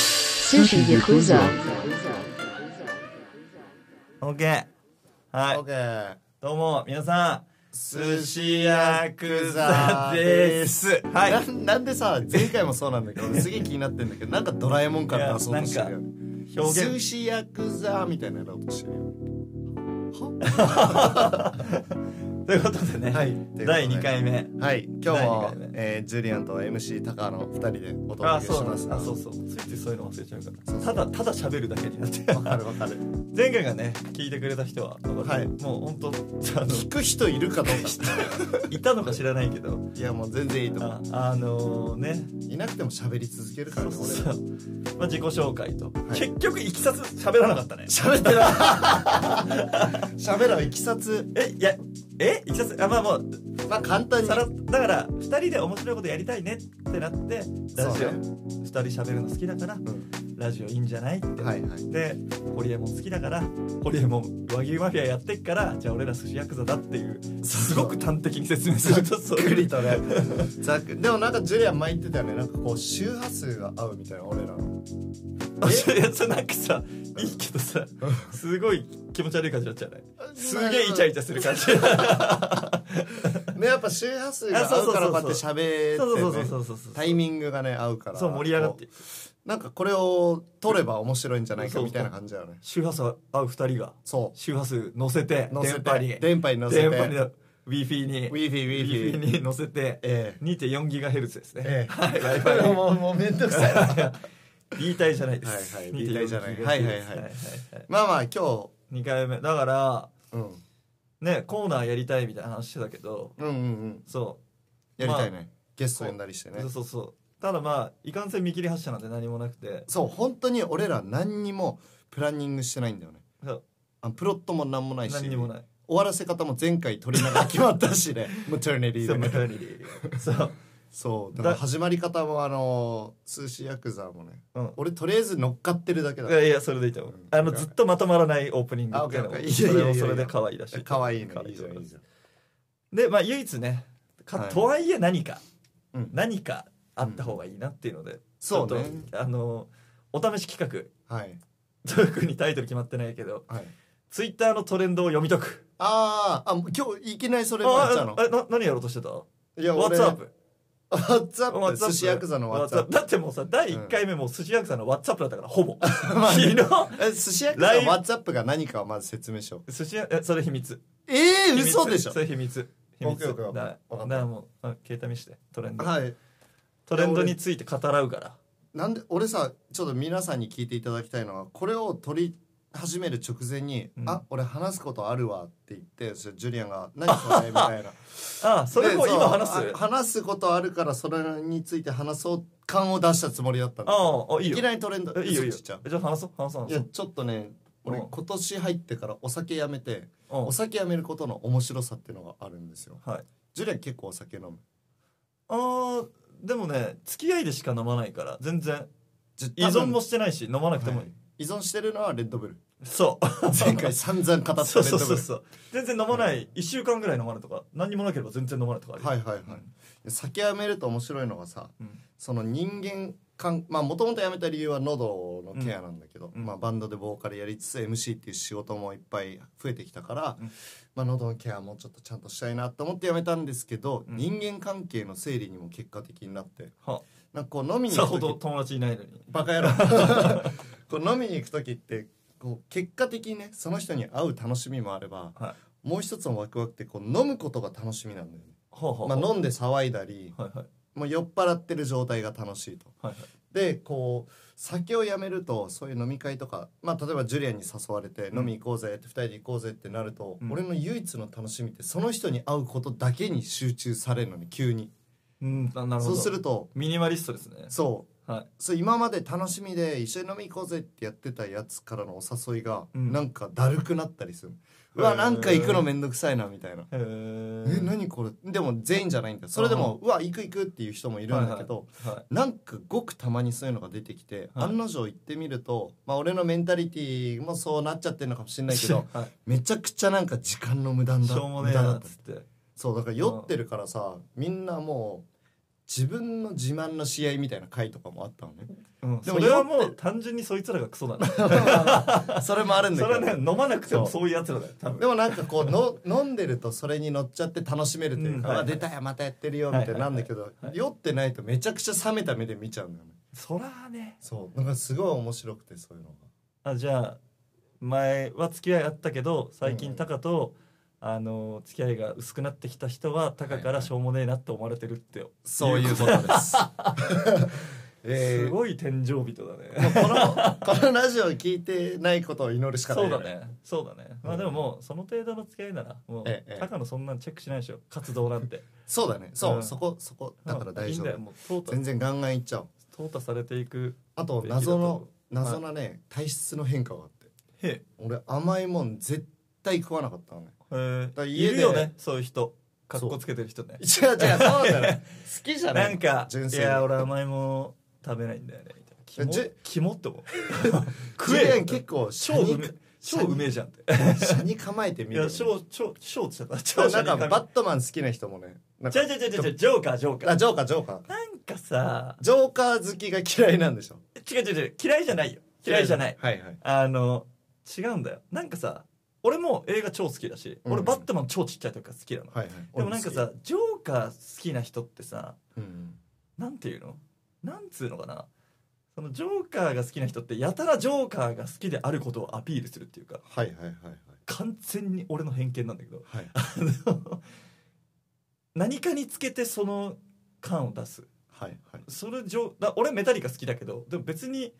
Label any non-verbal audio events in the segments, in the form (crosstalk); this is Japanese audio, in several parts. Sushi Yakuza. OK。はいオッ。ケーどうも、皆さん。寿司ヤクザで。ですはい。ななんでさ前回もそうなんだけど (laughs) 俺すげえ気になってんだけどなんかドラえもんから出そうとしてるよね表寿現。司ヤクザみたいなのやろうとしてるよということでね、 (laughs) はいということ (laughs) で第2回目。はい今日第も二回、目えージュリアンと MC タカの2人でおあ、届そけうしなんまですす。あ、そうそう。ついついそういうの忘れちゃうから。ただ、ただ喋るだけになって。わかるわかる (laughs) 前回がね、聞いてくれた人は、はいもう本当、あの、 (laughs) 聞く人いるかどうか (laughs) いたのか知らないけど、いやもう全然いいと思ああのね、ういなくても喋り続けるからねそう俺そうまあ、自己紹介と、い結局いきさつ喋らなかったね喋ってない (laughs) 喋らんいきさつえいやえいきさつあまあもうまあ簡単にさらだから2人で面白いことやりたいねってなってラジオ、そうね2人喋るの好きだからうんラジオいいんじゃないって、はいはいでホリエモン好きだからホリエモン和牛マフィアやってっからじゃあ俺ら寿司ヤクザだっていうすごく端的に説明するとそうゆっくりとねざっくでもなんかジュリアン前言ってたよねなんかこう周波数が合うみたいな俺らの (laughs) いやそれなんかさいいけどさすごい気持ち悪い感じになっちゃうねすげえイチャイチャする感 (laughs) じねやっぱ周波数があそう合そううそかうらそうこうやって喋そうそうそうそうってねそうそうタイミングがね合うからそう盛り上がっていくなんかこれを取れば面白いんじゃないかそうみたいな感じだよね周波数合う2人がそ周波数乗せてう乗せ電波にて電波に乗せて電波に w i f i に w i f i w i f i Wi-Fi に乗せてええ 2.4GHz ですね、 (laughs) ええはい w i こ f れ i もうもうめんどくさいな B 体じゃないです。はいはい2.4 B 体じゃないギガはいはいはいまあまあ今2回目。だから、日、うん、ね、コーナーやりたいみたいな話してたけど、うんうんうんそやりたいね、まゲスト呼んだりしてう、ねそうそうそう。ただまあ、いかんせん見切り発車なんて何もなくて、そう本当に俺ら何にもプランニングしてないんだよねそうあプロットも何もないし何にもない。終わらせ方も前回取りながら決まったし (laughs) ねマターネリそう、ーマでタねーニティ (laughs) そう。そうだだから始まり方もあのー、寿司ヤクザもねうん俺とりあえず乗っかってるだけだいやいや、それでいいと思う。あの、ずっとまとまらないオープニングっていうのもあオッケーそれオッケーいもやいやいやそれで可愛いらしい。可愛いね可愛いいじゃんと思まいいすじゃんで、まあ、唯一ね、かはいとはいえ何か、うん何かあった方がいいなっていうので、そうちょねっとあの、お試し企画。 (laughs) はい特にタイトル決まってないけど、はいツイッターのトレンドを読み解く。あーあもう今日いきなりそれになっちゃうあのあ、えな何やろうとしてたいや俺 ?WhatsApp。ワッツアッ WhatsApp プ寿司ヤクザのワッツアッ WhatsApp だってもうさ、第1回目もう寿司屋さんの WhatsApp だったから、ほぼ。 (laughs) まあ昨ね日、プえ寿司ヤクザライのブワッツアップが何かをまず説明しよう寿司屋、えそれ秘密。え秘ー、密嘘でしょそれ秘密。秘密。オッケーオッケーだわかっただからもう、あ携帯見して、トレンド。はいトレンドについて語らうから。なんで俺さちょっと皆さんに聞いていただきたいのはこれを取り始める直前に「うんあ俺話すことあるわ」って言ってそしたらジュリアンが「何それ」みた (laughs) いなあそれもうで今話すそうあ話すことあるからそれについて話そう感を出したつもりだったんだああ、いいいよき。なりトレンドえいいよ、いいよ。嘘ついちゃうじゃあ話そう、話そう、い話そやう。ちょっとね俺うん今年入ってからお酒やめてうんお酒やめることの面白さっていうのがあるんですよはい。ジュリアン結構お酒飲むあーでもね、付き合いでしか飲まないから、全然。じゃ依存も多してないし、飲まなくて分もいい。はい依存してるのはレッドブルそう。 (laughs) 前回散々語ったレッそうそドうそブうルそう全然飲まない、一1週間ぐらい飲まないとか何にもなければ全然飲まないとかあるよはいはいはい、酒やめると面白いのがさうんその人間関まあもともと辞めた理由は喉のケアなんだけど、うんまあ、バンドでボーカルやりつつ MC っていう仕事もいっぱい増えてきたから、うんまあ、喉のケアもちょっとちゃんとしたいなと思って辞めたんですけど、うん人間関係の整理にも結果的になってはなんかこう飲みにさ行ほくど時友達いないのにバカ野郎 (laughs) こう飲みに行く時ってこう結果的にねその人に会う楽しみもあれば、はもう一つのワクワクってこう飲むことが楽しみなんだよね。はあはまああ、飲んで騒いだり、はいはいもう酔っ払ってる状態が楽しいと。はいはいでこう酒をやめるとそういう飲み会とか、まあ、例えばジュリアンに誘われてうん飲み行こうぜって2人で行こうぜってなると、うん俺の唯一の楽しみってその人に会うことだけに集中されるのに急にうんあなるほそどうするとミニマリストですねそうはいそう今まで楽しみで一緒に飲み行こうぜってやってたやつからのお誘いがうんなんかだるくなったりする、うへわーなんか行くのめんどくさいなみたいなへええ何これでも全員じゃないんだよそれでもうわ行く行くっていう人もいるんだけど、はいなんかごくたまにそういうのが出てきて、はい案の定行ってみると、まあ、俺のメンタリティーもそうなっちゃってるのかもしれない (laughs) けどはめちゃくちゃなんか時間の無駄いだしょうもね無え駄なだっったつってそうだから酔ってるからさみんなもう自分の自慢の試合みたいな回とかもあったのねうん、ででももそれはもう単純にそいつらがクソだなそ (laughs) それもあるんだけれどはね飲まなくてもそういうやつらだよ多分でもなんかこうの飲んでるとそれに乗っちゃって楽しめるというか、うんはいあ出たよまたやってるよみたいになんだけど、はい酔ってないとめちゃくちゃ冷めた目で見ちゃうんだよねそらねそうなんかすごい面白くてそういうのがあじゃあ前は付き合いあったけど最う近んタカと、あの付き合いが薄くなってきた人はタカはいかはいらしょうもねえなって思われてるって、そういうことです (laughs) えーすごい天井人だねもうこのこのラジオを聞いてないことを祈るしかないそうよだねそうだね、まあでももうその程度の付き合いならもうええええタカのそんなんチェックしないでしょ活動なんてそうだねそう、うんそこそこ (laughs) だから大丈いいんだ夫よもう淘全汰然ガンガンいっちゃおう淘汰されていくあと謎のだと謎なね、体質の変化があってへ俺甘いもん絶対食わなかったのねえからい家でるよねそういう人かっこつけてる人ね違う違うそうじゃない好きじゃなないんか純い粋にや俺甘いもの食べないんだよねみたいなキモじゅキモって (laughs) 思う (laughs) 食食ええんよ結構超うめ超うめえじゃんって車に構えてみいるよやね超超超って言っちゃったで超もじなゃんねかえバットマン好きな人もねなんちかゃちゃちゃちゃジョーカージョーカあージョーカージョーカーなんかさジョーカー好きが嫌いなんでしょ違う違う違う嫌いじゃないよ嫌いじゃないはいはいあの違うんだよなんかさ俺も映画超好きだし、うん俺バットマン超ちっちゃい時から好きなのはいはいでもなんかさジョーカー好きな人ってさうんなんていうのなんつうのかなそのジョーカーが好きな人ってやたらジョーカーが好きであることをアピールするっていうかはいはいはいはい完全に俺の偏見なんだけどはいあの (laughs) 何かにつけてその感を出すはいはいそれジョだ俺メタリカ好きだけどでも別に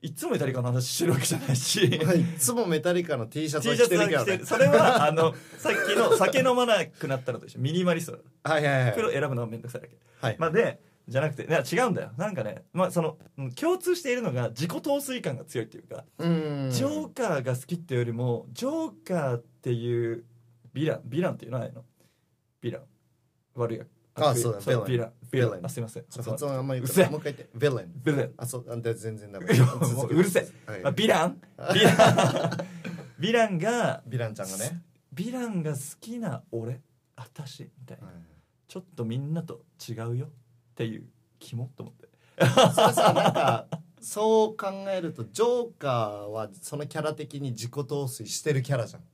いつもメタリカの話してるわけじゃないし (laughs) まあいつもメタリカの T シャ T ツをシャ着ツてはるけ着どてねるそれはあ (laughs) のさっきの酒飲まなくなったのと一緒ミニマリストだはいはいはい袋選ぶのはめんどくさいだけ、はいまあ、でじゃなくていや違うんだよなんかね、まあ、そのうん共通しているのが自己陶酔感が強いっていうか、うんジョーカーが好きっていうよりもジョーカーっていうヴィランヴィランっていうのはあれのヴィラン悪いやあ悪いそうだヴヴィィラランンヴィランあすいませんそうそう発音あんまりよくうなっいせもう一回言ってヴィレンヴィランあそうあで全然ダメいやもううるせえまあヴィ (laughs) ランヴィラン (laughs) ヴィランがヴィランちゃんがねヴィランが好きな俺私みたいな、ちょっとみんなと違うよっていう気もと思ってそれさなんかそう考えるとジョーカーはそのキャラ的に自己陶酔してるキャラじゃんジ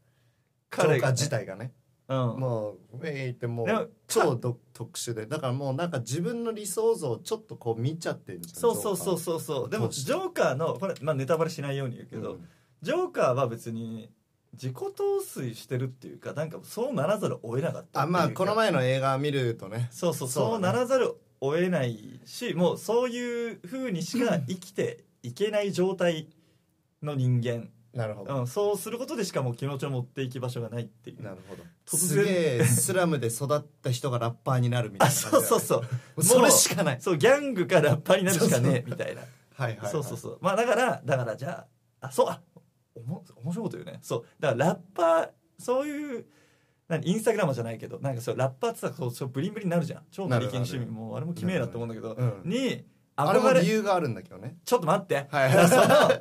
ョーカー自体がねうんもうウェイってもでもう超ど特殊でだからもうなんか自分の理想像をちょっとこう見ちゃってるじゃんそうそうそうジそうそうでどもうしてジョーカーのこれ、まあ、ネタバレしないように言うけョーカーど、はジョーカーは別に自己陶酔してるっていうかなんかそうならざるを得なかったあまあこの前前の映画見るとねそうそうそうだねそうならざるを得ないしもうそういうふうにしか生きていけない状態の人間、なるほど、うん、そうすることでしかもう気持ちを持っていき場所がないっていうなるほど突す然げえスラムで育った人がラッパーになるみたいあなそうそうそううそれしかないそうギャングかラッパーになるしかねえみたいなはいはい、はい、そうそうそうまあだからだからじゃああそうあおも面白いこと言うねそうだからラッパーそういう何インスタグラマーじゃないけどなんかそうラッパーってさそうそうブリンブリンになるじゃん超ななるりなきるん趣味もうあれも決めえなって思うんだけど、うんにあれも憧れ理由があるんだけどねちょっと待って、はいだから (laughs) そう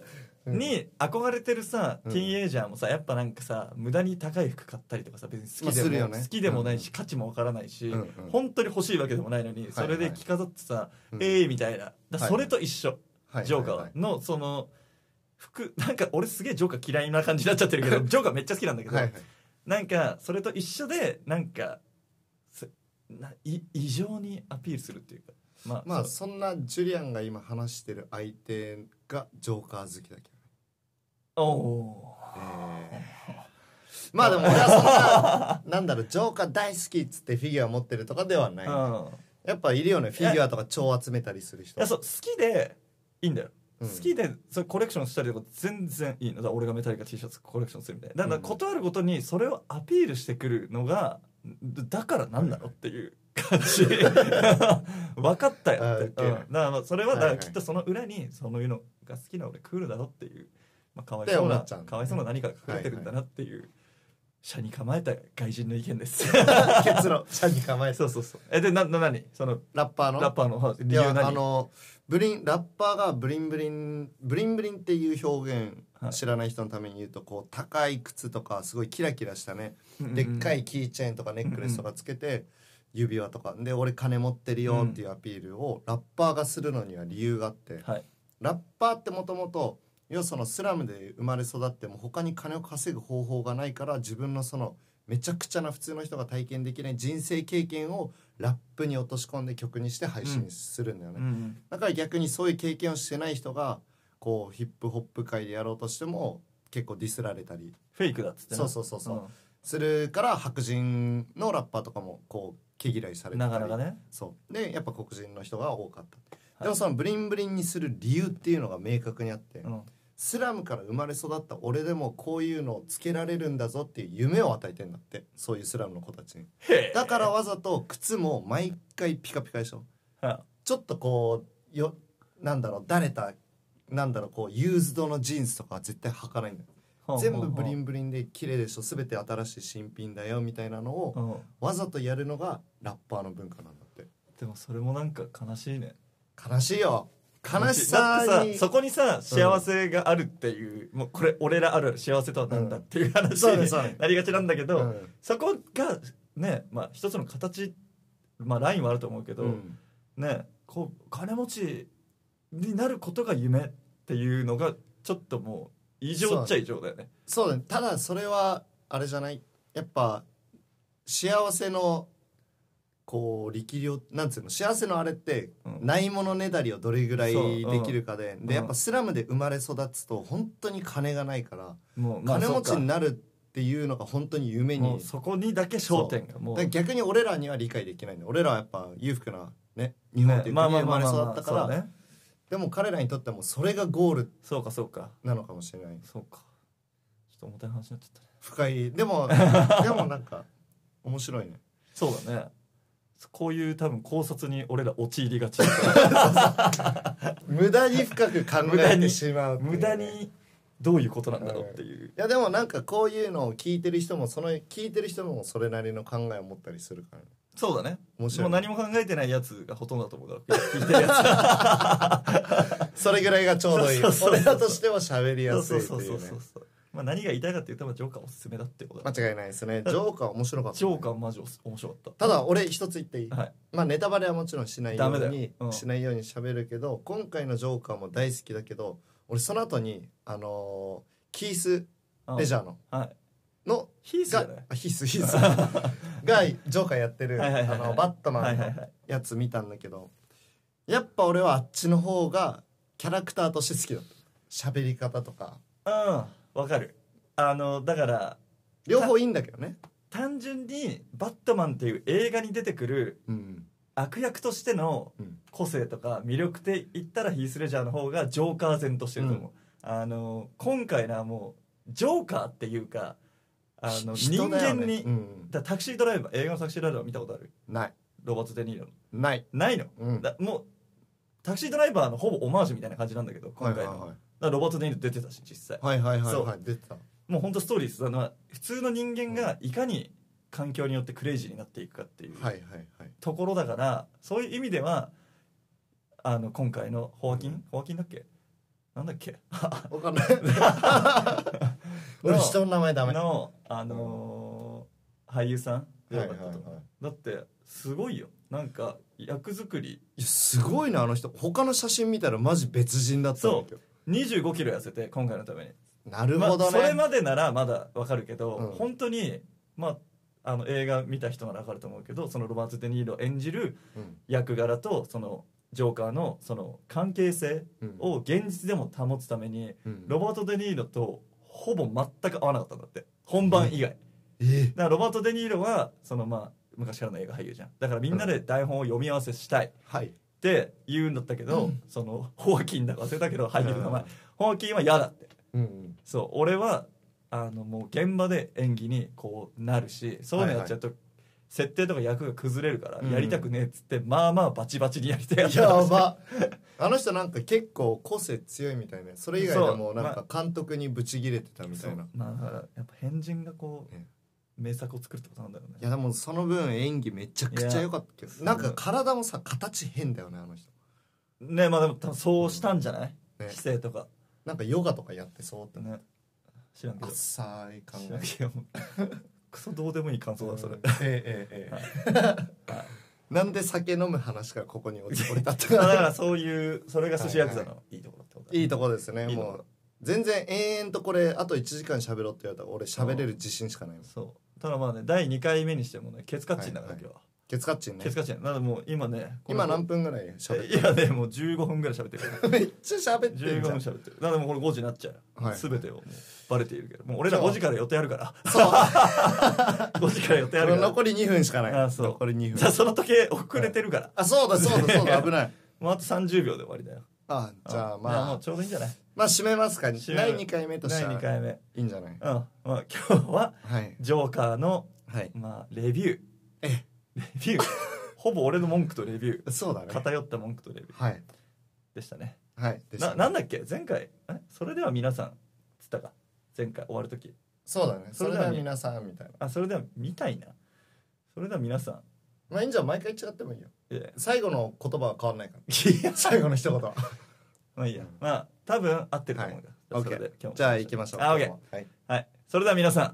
のんに憧れてるさうんティーンエイジャーもさやっぱなんかさ無駄に高い服買ったりとかさ別に好きまあするでよも、ね好きでもないし、価値もわからないし、うんうん本当に欲しいわけでもないのに、いそれで着飾ってさ「うんええー」みたいなだからそれと一緒、はいジョーカーのその服なんか俺すげえジョーカー嫌いな感じになっちゃってるけどジョーカーめっちゃ好きなんだけど、はいはいなんかそれと一緒でなんかすない異常にアピールするっていうかまあ、まあそうそんなジュリアンが今話してる相手がジョーカー好きだけど、おえーまあでも俺はそんななんだろうジョーカー大好きっつってフィギュア持ってるとかではないーうんやっぱいるよねフィギュアとか超集めたりする人いやそう好きでいいんだよ、うん好き (laughs) でそれコレクションしたりとか全然いいのだから俺がメタリカ T シャツコレクションするみたいなだからうん断るごとにそれをアピールしてくるのがだからなんなのっていう感 (laughs) じ分かったよって、あーうん OK だからまあそれははだいはからいきっとその裏にそういうのが好きな俺クールだろっていう、まあ、かわいってそう思なっちゃうんだねかわいそうな何かが隠れてるんだなっていう社に構えた外人の意見です結論 (laughs) ちゃんに構えてそうそうそう (laughs) えでなな何そのラッパーのラッパーの理い由や何あのブリンラッパーがブリンブリンブリンブリンっていう表はい現知らない人のために言うとこう高い靴とかすごいキラキラしたねうんうんでっかいキーチェーンとかネックレスとかつけて、指輪とかで俺金持ってるよっていうアピールをラッパーがするのには理由があってはいラッパーってもともと要はそのスラムで生まれ育っても他に金を稼ぐ方法がないから自分のそのめちゃくちゃな普通の人が体験できない人生経験をラップに落とし込んで曲にして配信するんだよね、うんだから逆にそういう経験をしてない人がこうヒップホップ界でやろうとしても結構ディスられたりフェイクだっつってねそうそうそうそう、うんするから白人のラッパーとかもこう毛嫌いされてたなりかなかねそうでやっぱ黒人の人が多かっいた、でもそのブリンブリンにする理由っていうのが明確にあって、うんスラムから生まれ育った俺でもこういうのをつけられるんだぞっていう夢を与えてんだってそういうスラムの子たちにへえだからわざと靴も毎回ピカピカでしょはちょっとこうよなんだろうだれたなんだろうこうユーズドのジーンズとかは絶対履かないんだよい全部ブリンンブリンで綺麗でしょ全て新しい新品だよみたいなのをわざとやるのがラッパーの文化なんだってでもそれもなんか悲しいね悲しいよ悲しださっにてさそこにさ幸せがあるっていう、もうこれ俺らあるある幸せとはなんだっていう話そうねにそうねなりがちなんだけど、うんそこがねまあ一つの形まあラインはあると思うけど、うんねこう金持ちになることが夢っていうのがちょっともう異常っちゃ異常だよね。そうだねただそれはあれじゃないやっぱ幸せのこう力量なんつうの幸せのあれってうんないものねだりをどれぐらいできるかで、んでうやんっぱスラムで生まれ育つと本当に金がないから、もうまあ金持ちそうかになるっていうのが本当に夢もにうそこにだけ焦点がもだうから逆に俺らには理解できないんだ俺らはやっぱ裕福なね日本という国に生まれ育ったかそうらねでも彼らにとってはもうそれがゴールそうかそうかなのかもしれないそうかちょっと重たい話になっちゃったね深い (laughs) でもでもなんか面白いねそうだねこういう多分考察に俺ら陥りがち無駄に深く考無駄えてにしま (laughs) うっていうね無駄にどういうことなんだろうっていう、いやでもなんかこういうのを聞いてる人もその聞いてる人もそれなりの考えを持ったりするからねそうだね面白もいうね何も考えてないやつがほとんどだと思うから聞いてるやつそれぐらいがちょうどいいそうそうそう俺そうらとしては喋りやす (laughs) そういってそうそいううねそうそう、まあ、何が言いたいかっていうとまあジョーカーおすすめだっていうことだ、間違いないですねジョーカー面白かったねジョーカーマジおす面白かったただ俺一つ言っていいはいまあネタバレはもちろんしないよダメうだよにうんしないように喋るけど今回のジョーカーも大好きだけど俺その後にあのーキース・レジャャーのーはいのヒースじゃがないあヒースヒース (laughs) がジョーカーやってるはいあはいはいはいのバットマはいンはいのはいやつ見たんだけどやっぱ俺はあっちの方がキャラクターとして好きだった喋り方とかうんわかるあのだから両方いいんだけどね単純に「バットマン」っていう映画に出てくるうん悪役としてのうん個性とか魅力で言ったらヒース・レジャーの方がジョーカー前としてると思う、あの今回のはもうジョーカーっていうかあのひ人人だ間よねに、うんだタクシードライバー映画のタクシードライバー見たことあるないロバート・デ・ニーロのないないのうんだもうタクシードライバーのほぼオマージュみたいな感じなんだけど今はい回はの、いはいだからロバート・デ・ニーロ出てたし実際はいはいはいそはうい出てたもう本当ストーリーその普通の人間がいかに環境によってクレイジーになっていくかっていうはいはいはいところだからそういう意味ではあの今回のホアキン、うんホアキンだっけなんだっけわかんない俺人の名前ダメの、あのー俳優さんはいはいだはいったと思うだってすごいよなんか役作りいやすごいなあの人他の写真見たらマジ別人だったんだけど2 5キロ痩せて今回のために、なるまほあ、どそれね、までならまだわかるけど、うん本当にまああの映画見た人ならわかると思うけどそのロバート・デ・ニーロ演じるうん役柄とそのジョーカーのその関係性うんを現実でも保つためにうんロバート・デ・ニーロとほぼ全く合わなかったんだって本番以外、えだからロバート・デ・ニーロはそのまあ昔からの映画俳優じゃんだからみんなで台本を読み合わせしたいっはいて言うんだったけど、そのホアキンだか忘れたけど俳優の名前、うんホアキンは嫌だってうんうんそう俺はあのもう現場で演技にこうなるしそういうのやっちゃうと、設定とか役が崩れるからうんやりたくねえっつって、まあまあバチバチにやりたいやばあの人なんか結構個性強いみたいねそれ以外でもなんか監督にブチギレてたみたいな、そうまあだからやっぱ変人がこう、ね名作を作るってことなんだよねいやでもその分演技めちゃくちゃ良かったけいどやなんか体もさ形変だよねあの人ねまあでも多分そうしたんじゃない、ね姿勢とかなんかヨガとかやってそうってね知らんけど浅い考知らん (laughs) えけどクソどうでもいい感想だそれ、えええええはいえ (laughs) なんで酒飲む話からここに落ち折れたってだからそういうそれが寿司ヤクザのいいところってことだね (laughs) いいとこですねいいとこもう全然延々とこれあと1時間喋ろうって言われたら俺喋れる自信しかないもんそうただまあね第2回目にしてもねケツカッチンだからはい今日はケツカッチンねケツカッチンなんでもう今ねこれ今何分ぐらい喋っていやねもう15分ぐらい喋ってるからるめっちゃ喋って15るじ分ゃん喋ってるなんでもうこれ5時になっちゃう、はい全てをもうバレているけどもう俺らじゃあ5時から予定あるからそう (laughs) 5時から予定あこるれから残り2分しかないあそう残り2じゃあ (laughs) 分その時計遅れてるから、 (laughs) あそうだそうだそうだ危ないもうあと30秒で終わりだよあじゃあうんいやもまあうちょうどいいんじゃないまあ締めますか第締める2回目とし第て2は回目いいんじゃないうんまあ今日ははいジョーカーのはいまあレビューえレビュ (laughs) ーほぼ俺の文句とレビューそうだね偏った文句とレビューはいでしたねはいでしたなねなんだっけ前回えそれでは皆さんつったか前回終わる時そうだねそそれれでではは皆さんみたいなあそれではみたいなそれでは皆さんまあいいんじゃん毎回違ってもいいよいやいや最後の言葉は変わんないからいや最後の (laughs) 一言まあいいや、うんまあ多分合ってると思うから、はいそれで今日もじゃあ行きましょうあ OK はいはいそれでは皆さ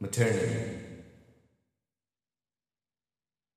ん Matern